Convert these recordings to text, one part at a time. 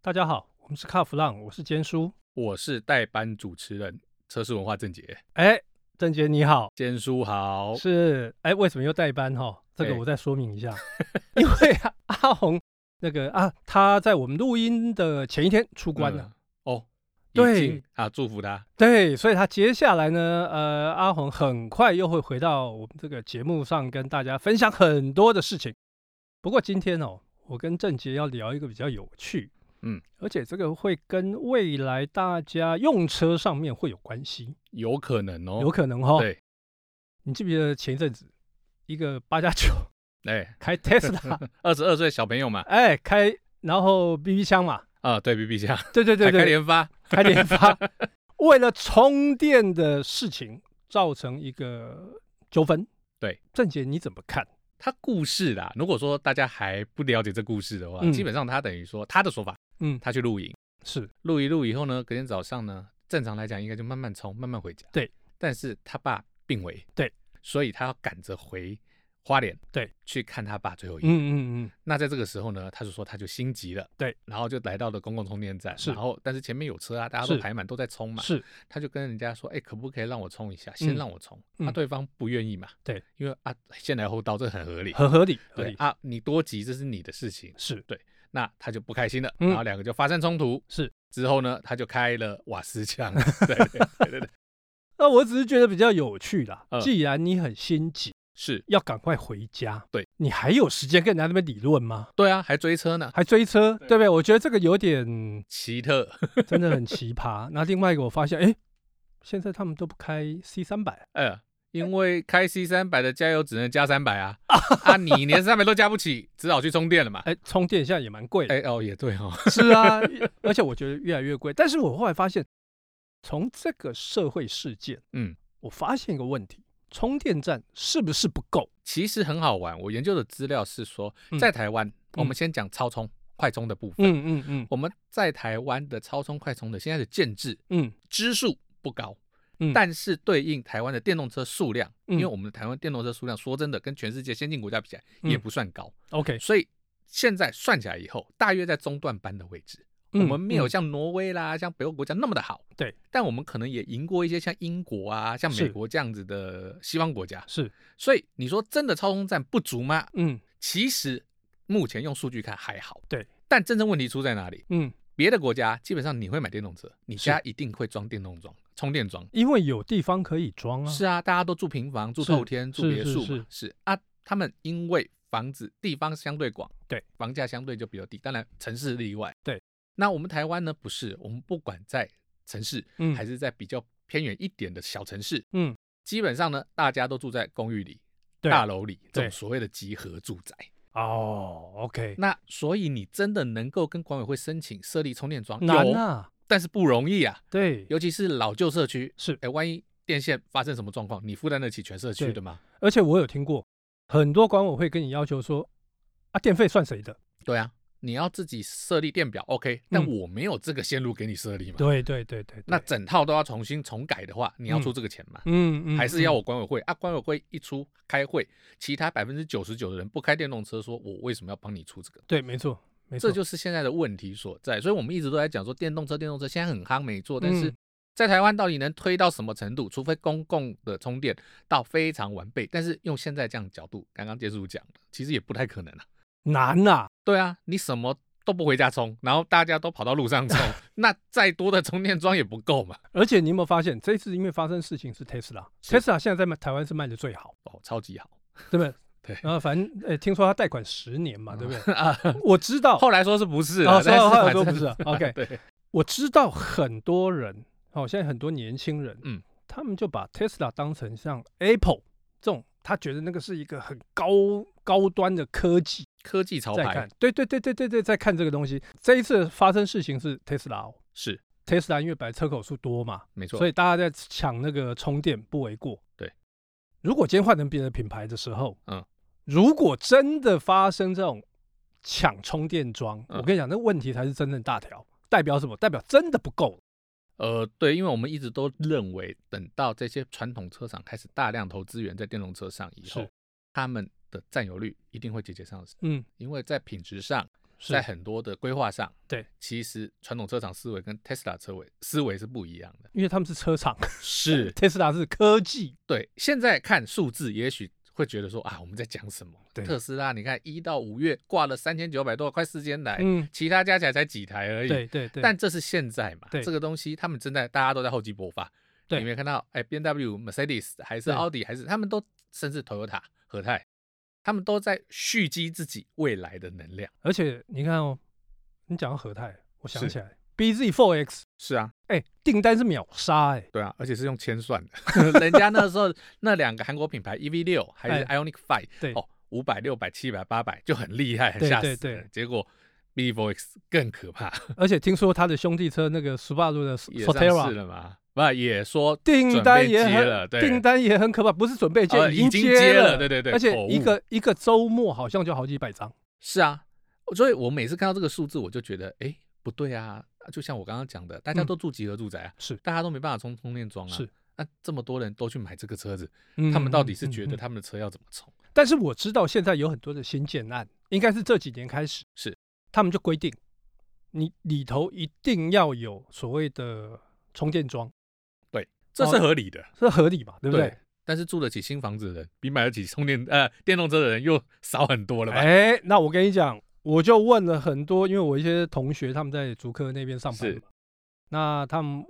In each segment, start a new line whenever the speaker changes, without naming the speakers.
大家好，我们是卡弗浪，我是坚叔。
我是代班主持人车市文化郑杰，
哎，郑杰你好，
坚叔好，
是哎，为什么又代班哈？这个
哎
我再说明一 下，因为啊阿红那个啊，他在我们录音的前一天出关了，
嗯哦，已
对
经啊，祝福他，
对，所以他接下来呢，呃，阿红很快又会回到我们这个节目上跟大家分享很多的事情。不过今天哦，我跟郑杰要聊一个比较有趣，
嗯，
而且这个会跟未来大家用车上面会有关系，
有可能哦，
有可能哈、哦。
对，
你记不记得前一阵子一个八加 九
哎，
开 Tesla，
二十二岁小朋友嘛，
哎，开然后 BB 枪 嘛，
啊，对比比下，
对对对
还开
对，
连发，
开联发，为了充电的事情造成一个纠纷。
对，
郑杰你怎么看？
他故事啦，如果说大家还不了解这故事的话，
嗯
基本上他等于说他的说法，
嗯，
他去露营，
是
露一露以后呢，隔天早上呢，正常来讲应该就慢慢冲，慢慢回家，
对，
但是他爸病危，
对，
所以他要赶着回花莲，
对，
去看他爸最后一面。
嗯嗯嗯，
那在这个时候呢，他就说他就心急了，
对，
然后就来到了公共充电站，
是
然后但是前面有车啊，大家都
是
排满，都在充嘛，
是
他就跟人家说，哎、可不可以让我充一下，先
嗯
让我充，那、
嗯
对方不愿意嘛，
对，
因为啊先来后到，这很合理，
很合理，合
对
理
啊，你多急这是你的事情，
是
那他就不开心了，
嗯
然后两个就发生冲突，
是
之后呢，他就开了瓦斯枪， 对对对对对，
那我只是觉得比较有趣啦。
嗯
既然你很心急，
是
要赶快回家，
对
你还有时间跟人家那边理论吗？
对啊，还追车呢，
还追车，对不对？我觉得这个有点
奇特，
真的很奇葩。 那另外一个我发现，哎，现在他们都不开 C 三百，啊
呃，因为开 C 三百的加油只能加三 百啊，
哦
啊，你连三百都加不起，只好去充电了嘛。
哎，充电现在也蛮贵的。
哎、哦，也对哦，
是啊， 而且我觉得越来越贵。但是我后来发现，从这个社会事件，
嗯，
我发现一个问题：充电站是不是不够？
其实很好玩。我研究的资料是说
嗯，
在台湾，我们先讲超充、快充的部分。
嗯嗯嗯
我们在台湾的超充、快充的现在的建制
嗯
支数不高，
嗯
但是对应台湾的电动车数量，
嗯
因为我们的台湾电动车数量，说真的，跟全世界先进国家比起来
嗯
也不算高，
，OK，
所以现在算起来以后，大约在中段班的位置。我们没有
嗯
像挪威啦、像北欧国家那么的好，
对，
但我们可能也赢过一些像英国啊、像
是
美国这样子的西方国家。
是
所以你说真的超充站不足吗？
嗯
其实目前用数据看还好，
对。
但真正问题出在哪里？
嗯，
别的国家基本上你会买电动车，你
是
家一定会装电动桩、充电桩。
因为有地方可以装啊。
是啊，大家都住平房、住
是
透天、住
是
别
是
墅嘛。
是
啊，他们因为房子地方相对广，
对，
房价相对就比较低，当然城市例外。
对，
那我们台湾呢？不是，我们不管在城市，
嗯
还是在比较偏远一点的小城市，
嗯，
基本上呢，大家都住在公寓里、
对
大楼里这
对
种所谓的集合住宅。
哦，OK，
那所以你真的能够跟管委会申请设立充电桩，
难
有
啊，
但是不容易啊，
对，
尤其是老旧社区。
是
哎，万一电线发生什么状况，你负担得起全社区
对
的吗？
而且我有听过很多管委会跟你要求说，啊，电费算谁的？
对啊，你要自己设立电表，OK，但我没有这个线路给你设立嘛。
嗯对对对对，对
那整套都要重新重改的话，你要出这个钱吗？
嗯嗯
还是要
嗯
我管委会啊？管委会一出开会，其他百分之九十九的人不开电动车，说我为什么要帮你出这个？
对，没错没错，
这就是现在的问题所在。所以我们一直都在讲说，电动车，电动车现在很夯，没错，但是
嗯。
在台湾到底能推到什么程度？除非公共的充电到非常完备，但是用现在这样的角度，刚刚结束讲的，其实也不太可能啊。
难呐、
对啊，你什么都不回家充，然后大家都跑到路上 充，那再多的充电桩也不够嘛。
而且你有没有发现，这次因为发生事情是 Tesla，Tesla
是
现在在卖台湾是卖的最好，
哦，超级好，
对不对？
对
然后反正呃，听说他贷款十年嘛，对不对？
啊。
我知道，
后来说是不是
哦
啊？
说
但是
后来
反
说
正
不是 啊 OK
对，
我知道很多人，哦，现在很多年轻人，
嗯，
他们就把 Tesla 当成像 Apple 这种，他觉得那个是一个很高高端的科技
科技潮
在
牌
看，对对对对对对，在看这个东西。这一次发生事情是 Tesla，Tesla、哦
是
Tesla 因为本来车口数多嘛，
没错，
所
以
以大家在抢那个充电不为过。
对，
如果今天换成别的品牌的时候，
嗯，
如果真的发生这种抢充电桩，
嗯
我跟你讲，那问题才是真正大条。代表什么？代表真的不够。
呃，对，因为我们一直都认为，等到这些传统车厂开始大量投资源在电动车上以后
是，
他们的占有率一定会节节上升，
嗯，
因为在品质上、
是
在很多的规划上，
对，
其实传统车厂思维跟 Tesla 车维思维是不一样的。
因为他们是车厂
是
，Tesla 是科技，
对，现在看数字，也许会觉得说啊，我们在讲什么？
对
特斯拉，你看一到五月挂了三千九百多，快四千台，
嗯，
其他加起来才几台而已。
对对对，
但这是现在嘛
对？
这个东西他们正在大家都在厚积薄发。
对
你没有看到？哎，B N W、Mercedes 还是
对
奥迪，还是他们都甚至 Toyota、和泰，他们都在蓄积自己未来的能量。
而且你看哦，你讲到和泰，我想
是
起来 BZ4X，
是啊，
哎，订单是秒杀，哎，
对啊，而且是用铅算的。 哎人家那时候那两个韩国品牌 EV 六还是 Ionic Five，
对
哦，五百、六百、七百、八百就很厉害，很
对
吓死
对
人。
对
结果 b v o x 更可怕，
而且听说他的兄弟车那个 Subaru 的
也上市
Sotera
了嘛？不，也说
订单也
准备接了
很
对
订单也很可怕，不是准备接、
呃
经
已经接了，对对对，
而且
口误
一个一个周末好像就好几百张，
是啊，所以我每次看到这个数字，我就觉得，哎，不对啊！就像我刚刚讲的，大家
嗯
都住集合住宅啊，
是
大家都没办法充充电桩啊。
是，
那这么多人都去买这个车子，
嗯
他们到底是觉
嗯嗯
得
嗯
他们的车要怎么充？
但是我知道现在有很多的新建案，应该是这几年开始，
是
他们就规定，你里头一定要有所谓的充电桩，
这是合理的，
这合理嘛？对不对？
但是住得起新房子的人，比买得起充电呃电动车的人又少很多了吧？
哎，那我跟你讲，我就问了很多，因为我一些同学他们在竹科那边上班
是
嘛，那他们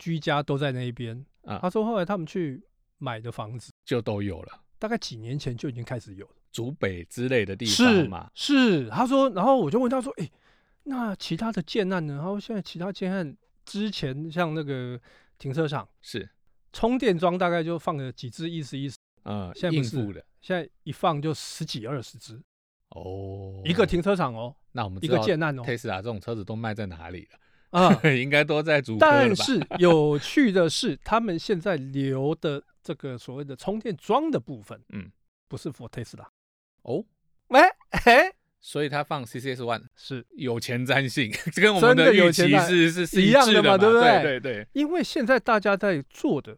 居家都在那一边。
啊
他说后来他们去买的房子，
就都有了，
大概几年前就已经开始有了。
竹北之类的地
是
方嘛，
是，他说，然后我就问他说，哎，那其他的建案呢？然后现在其他建案之前像那个停车场
是，
充电桩大概就放了几只，意思意思。
嗯
现在，不
应
是
付的
现在一放就十几二十只，
哦。
一个，停车场哦，
那我们
一
知
个
道
建案哦，
Tesla 这种车子都卖在哪里了？
啊，
应该都在竹科了吧
但是有趣的是，他们现在留的这个所谓的充电桩的部分，
嗯，
不是 for Tesla，
哦，
哎哎，
所以他放 CCS One
是
有前瞻性， 这跟我
真
们
的有
预
前
期
瞻
是是是
一
一
样
致
的嘛
嘛，
对不对
对？对对，
因为现在大家在做的，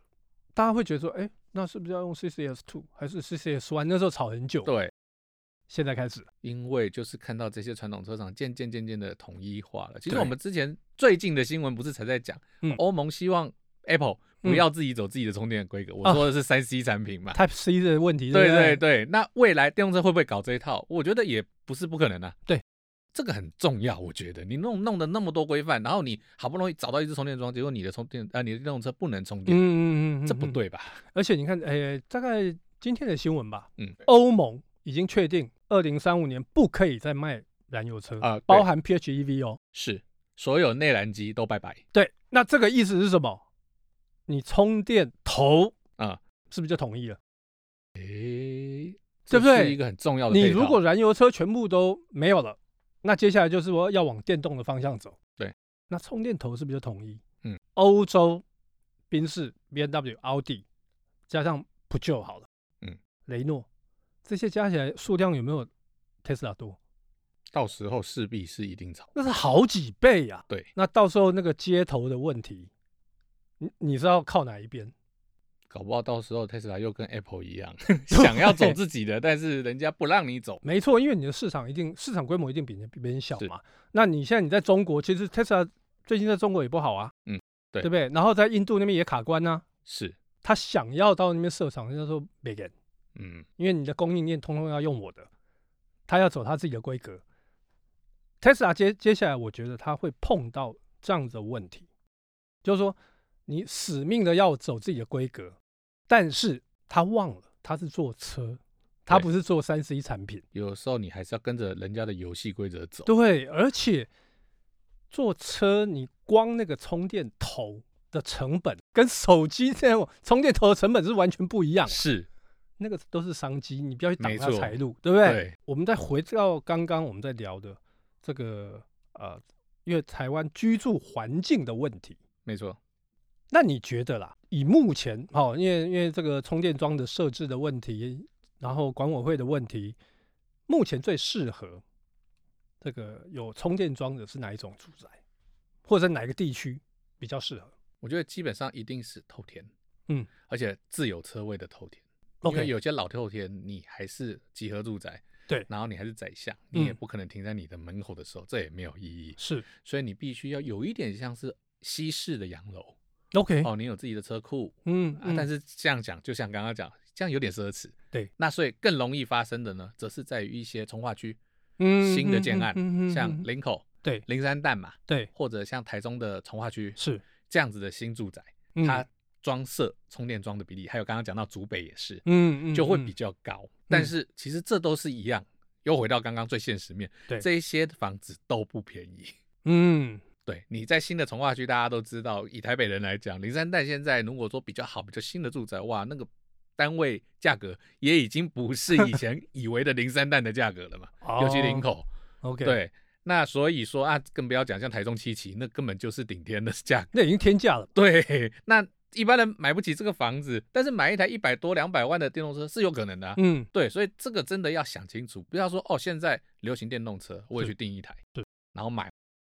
大家会觉得说，哎，那是不是要用 CCS two 还是 CCS one？那时候吵很久，
对
现在开始，
因为就是看到这些传统车厂渐渐渐渐的统一化了。其实
对
我们之前最近的新闻不是才在讲
嗯，
欧盟希望 Apple
嗯
不要自己走自己的充电规格，我
啊
说的是三 C 产品嘛。
Type C 的问题，
对
不对
对对，那未来电动车会不会搞这一套？我觉得也不是不可能啊。
对，
这个很重要，我觉得你弄弄的那么多规范，然后你好不容易找到一支充电桩，结果你的充电啊、你的电动车不能充电，
嗯嗯嗯嗯，
这不
嗯。
对吧？
而且你看，哎，大概今天的新闻吧，
嗯，
欧盟已经确定，二零三五年不可以再卖燃油车
啊对
包含 PHEV 哦。
是所有内燃机都拜拜
对，那这个意思是什么？你充电头
啊！
是不是就同意了？
诶、
对
这
不对
是一个很重要的
你
配套
如果燃油车全部都没有了，那接下来就是说要往电动的方向走。
对，
那充电头是不是就统一？
嗯，
欧洲宾士、B N W、奥迪，加上不就好了。
嗯，
雷诺这些加起来数量有没有 Tesla 多？
到时候势必是一定吵。
那是好几倍呀、
对，
那到时候那个接头的问题，你你是要靠哪一边？
搞不好到时候 Tesla 又跟 Apple 一 样，想要走自己的，但是人家不让你走。
没错，因为你的市场一定市场规模一定比人比别人小
是
嘛。那你现在你在中国，其实 Tesla 最近在中国也不好啊，
嗯，对
不对？然后在印度那边也卡关呢、
是，
他想要到那边设厂，人家说别给，
嗯，
因为你的供应链通通要用我的，他要走他自己的规格。Tesla 接接下来，我觉得他会碰到这样子的问题，就是说你死命的要走自己的规格，但是他忘了他是做车，他
对
不是做三 C 产品。
有时候你还是要跟着人家的游戏规则走。
对，而且坐车你光那个充电头的成本，跟手机这样充电头的成本是完全不一样的，
是，
那个都是商机，你不要去挡
没
它
错
财路，对不对？
对
我们再回到刚刚我们在聊的这个呃，因为台湾居住环境的问题。
没错。
那你觉得啦？以目前哦，因为因为这个充电桩的设置的问题，然后管委会的问题，目前最适合这个有充电桩的是哪一种住宅，或者在哪个地区比较适合
我觉得基本上一定是透天，
嗯，
而且自有车位的透天。因为
？OK，
有些老透天，你还是集合住宅，
对
然后你还是宰相，你也
嗯
不可能停在你的门口的时候，这也没有意义。
是
所以你必须要有一点像是西式的洋楼
OK，
哦，你有自己的车库
嗯
啊
嗯，，
但是这样讲，就像刚刚讲，这样有点奢侈。
对，
那所以更容易发生的呢，则是在于一些从化区
嗯
新的建案
嗯嗯嗯嗯，
像
嗯
林口、
对
林山淡嘛，
对
或者像台中的从化区
是，
这样子的新住宅，
嗯
它装设充电桩的比例，还有刚刚讲到竹北也是，
嗯嗯
就会
嗯
比较高。但是其实这都是一样，又回到刚刚最现实面，
对
这一些房子都不便宜。
嗯
对，你在新的从化区，大家都知道，以台北人来讲，林三代现在如果说比较好、比较新的住宅，哇，那个单位价格也已经不是以前以为的林三代的价格了嘛，尤其林
哦
口。
OK，，
对，那所以说啊，更不要讲像台中七期，那根本就是顶天的价格。
那已经天价了，
对， 那一般人买不起这个房子，但是买一台一百多、两百万的电动车是有可能的、啊。
嗯
对，所以这个真的要想清楚，不要说哦，现在流行电动车，我也
是
去订一台，
是
然后买，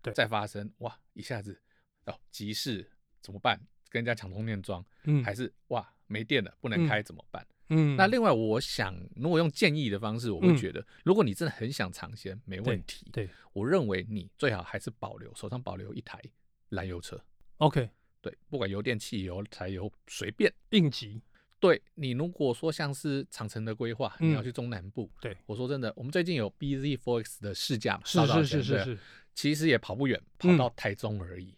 对
再发生哇，一下子哦，急事怎么办？跟人家抢充电桩，
嗯
还是哇没电了不
嗯
能开怎么办？
嗯，
那另外，我想如果用建议的方式，我会
嗯
觉得，如果你真的很想尝鲜，没问题，
对
我认为你最好还是保留手上保留一台燃油车，
OK
对，不管油电、汽油、柴油，随便。
应急
对你如果说像是长城的规划，
嗯
你要去中南部，
对
我说真的，我们最近有 BZ Forex 的试驾嘛，
是
稍早
是
前
是是，
对
是，
其实也跑不远，跑
嗯
到台中而已，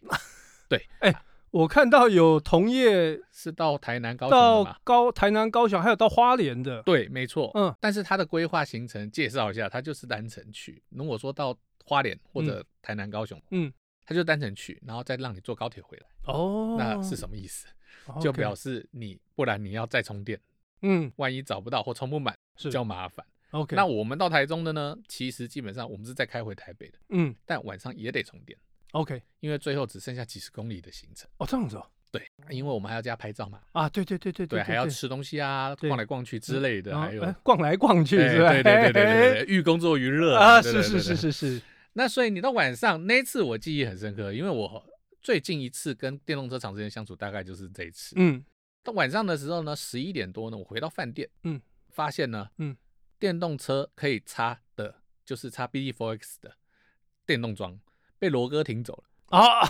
我看到有同业
是到台南高雄的
到
嘛？
高台南、高雄，还有到花莲的，
对，没错，
嗯，
但是它的规划行程介绍一下，它就是单程去。如果说到花莲或者台南高雄，
嗯，
它就单程去，然后再让你坐高铁回来，
哦，
那是什么意思？
么
就表示你不然你要再充电，
哦嗯
万一找不到或充不满
是
比较麻烦。
OK，
那我们到台中的呢，其实基本上我们是再开回台北的，
嗯
但晚上也得充电，
OK，
因为最后只剩下几十公里的行程。
哦这样子哦，
对，因为我们还要加拍照嘛，
啊对对对对
对，
对，
还要吃东西啊，
对
逛来逛去之类的，
然后
还有
哎逛来逛去
哎
是吧？
对对对对对
嘿
对，寓工作于乐
嘿啊
对
是
对
是
对
是
对
是是，
那所以你到晚上那一次我记忆很深刻，因为我最近一次跟电动车厂之间相处大概就是这一次。
嗯
到晚上的时候呢，十一点多呢，我回到饭店，
嗯，
发现呢，
嗯，
电动车可以插的，就是插 BD4X 的电动桩被罗哥停走了。
啊，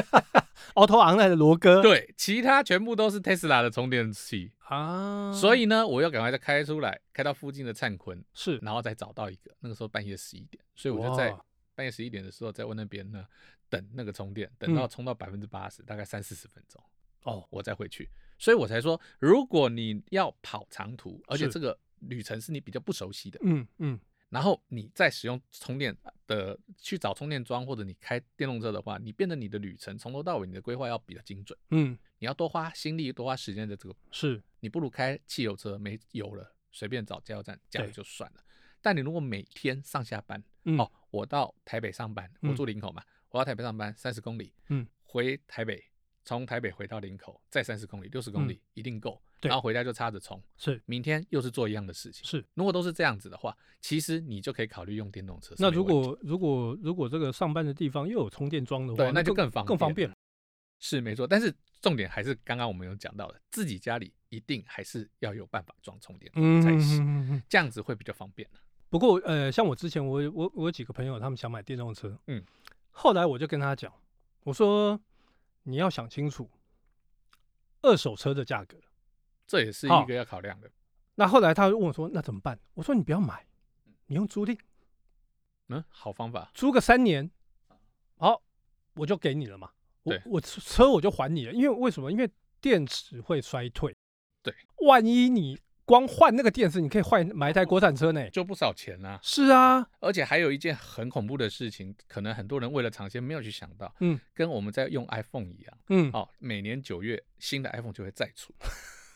奥托昂奈的罗哥
对，其他全部都是 Tesla 的充电器。
啊，
所以呢，我要赶快再开出来，开到附近的灿坤，
是
然后再找到一个。那个时候半夜十一点，所以我就在
哇
半夜十一点的时候在问那边呢等那个充电，等到充到百分之八十，大概三四十分钟
嗯哦，
我再回去。所以我才说，如果你要跑长途，而且
是
这个旅程是你比较不熟悉的，
嗯嗯
然后你再使用充电的去找充电桩，或者你开电动车的话，你变得你的旅程从头到尾你的规划要比较精准，
嗯
你要多花心力、多花时间在这个
是
你不如开汽油车，没油了随便找加油站加油
对
就算了。但你如果每天上下班，
嗯
哦，我到台北上班，我
嗯
住林口嘛，我到台北上班三十公里，
嗯，
回台北，从台北回到林口再三十公里，六十公里、一定够。
嗯对
然后回家就插着充，
是
明天又是做一样的事情。
是。
如果都是这样子的话，其实你就可以考虑用电动车。
那
是没
如
问题
果如果如果这个上班的地方又有充电桩的
对
话，
那就
更
更方
更方
便
便。
是没错，但是重点还是刚刚我们有讲到的，自己家里一定还是要有办法装充电
嗯
桩才
嗯
行，
嗯嗯嗯
这样子会比较方便。啊
不过呃，像我之前我有我我有几个朋友，他们想买电动车，
嗯，
后来我就跟他讲，我说你要想清楚二手车的价格。
这也是
好
一个要考量的。
那后来他就问我说，那怎么办？我说你不要买，你用租赁，
嗯，好方法，
租个三年，好，我就给你了嘛。我
对
我车车我就还你了，因为为什么？因为电池会衰退。
对，
万一你光换那个电池，你可以换买一台国产车呢。
就不少钱啊。
是啊，
而且还有一件很恐怖的事情，可能很多人为了尝鲜没有去想到，
嗯
跟我们在用 iPhone 一样，
嗯，
哦，每年九月新的 iPhone 就会再出，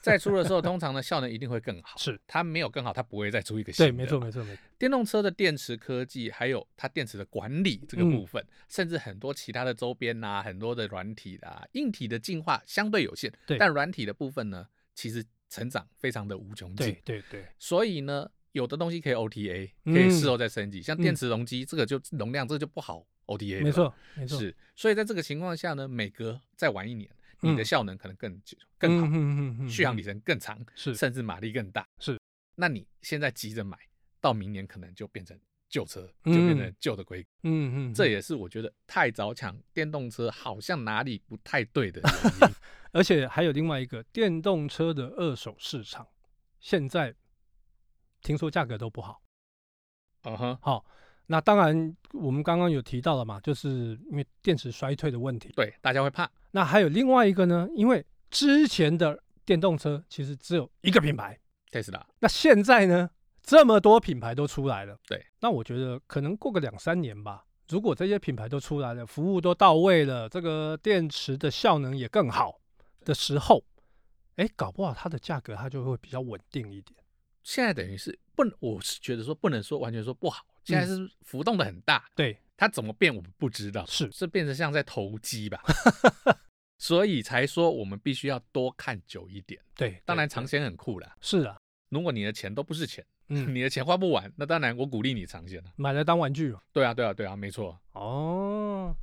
再出的时候，通常呢效能一定会更好。
是
它没有更好，它不会再出一个新
对，
的。
没错，。没错， 没错。
电动车的电池科技，还有它电池的管理这个
嗯
部分，甚至很多其他的周边呐、很多的软体啊、硬体的进化相对有限，
对
但软体的部分呢，其实成长非常的无穷
对
尽。
对对，
所以呢，有的东西可以 OTA，
嗯
可以事后再升级，像
嗯
电池容积、这个就容量这个就不好 OTA，
没
的嘛，
错，没错。
是。所以在这个情况下呢，每隔再玩一年，
嗯
你的效能可能更久、更好，
嗯嗯嗯嗯
续航
嗯
里程更长，
是
甚至马力更大。
是，
那你现在急着买，到明年可能就变成旧车，就变成
嗯
旧的规格。
嗯嗯，
这也是我觉得太早抢电动车好像哪里不太对的 原因
而且还有另外一个电动车的二手市场，现在听说价格都不好。
嗯哼，
好，那当然我们刚刚有提到了嘛，就是因为电池衰退的问题。
对，大家会怕，
那还有另外一个呢，因为之前的电动车其实只有一个品牌，
特斯拉
那现在呢，这么多品牌都出来了，
对，
那我觉得可能过个两三年吧，如果这些品牌都出来了，服务都到位了，这个电池的效能也更好的时候，哎，搞不好它的价格它就会比较稳定一点。
现在等于是不能，我是觉得说不能说完全说不好，现在
嗯
是浮动的很大，
对，
它怎么变我们不知道，
是
是变成像在投 机吧，所以才说我们必须要多看久一点。
对，
当然
对
尝鲜很酷啦，
是啊，
如果你的钱都不是钱，
嗯，
你的钱花不完，那当然我鼓励你尝鲜了。
买来当玩具嘛。
对啊，对啊，对啊，没错，
哦，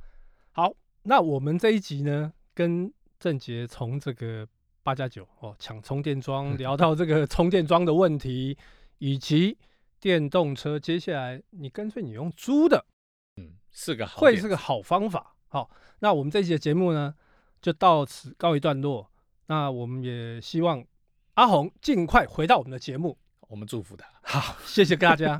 好，那我们这一集呢，跟郑杰从这个八加九哦抢充电
嗯
桩聊到这个充电桩的问题，以及电动车，接下来你干脆你用租的
嗯，是个好
会
点
是个好方法。好，那我们这一集的节目呢，就到此告一段落。那我们也希望阿红尽快回到我们的节目。
我们祝福他。
好，谢谢大家，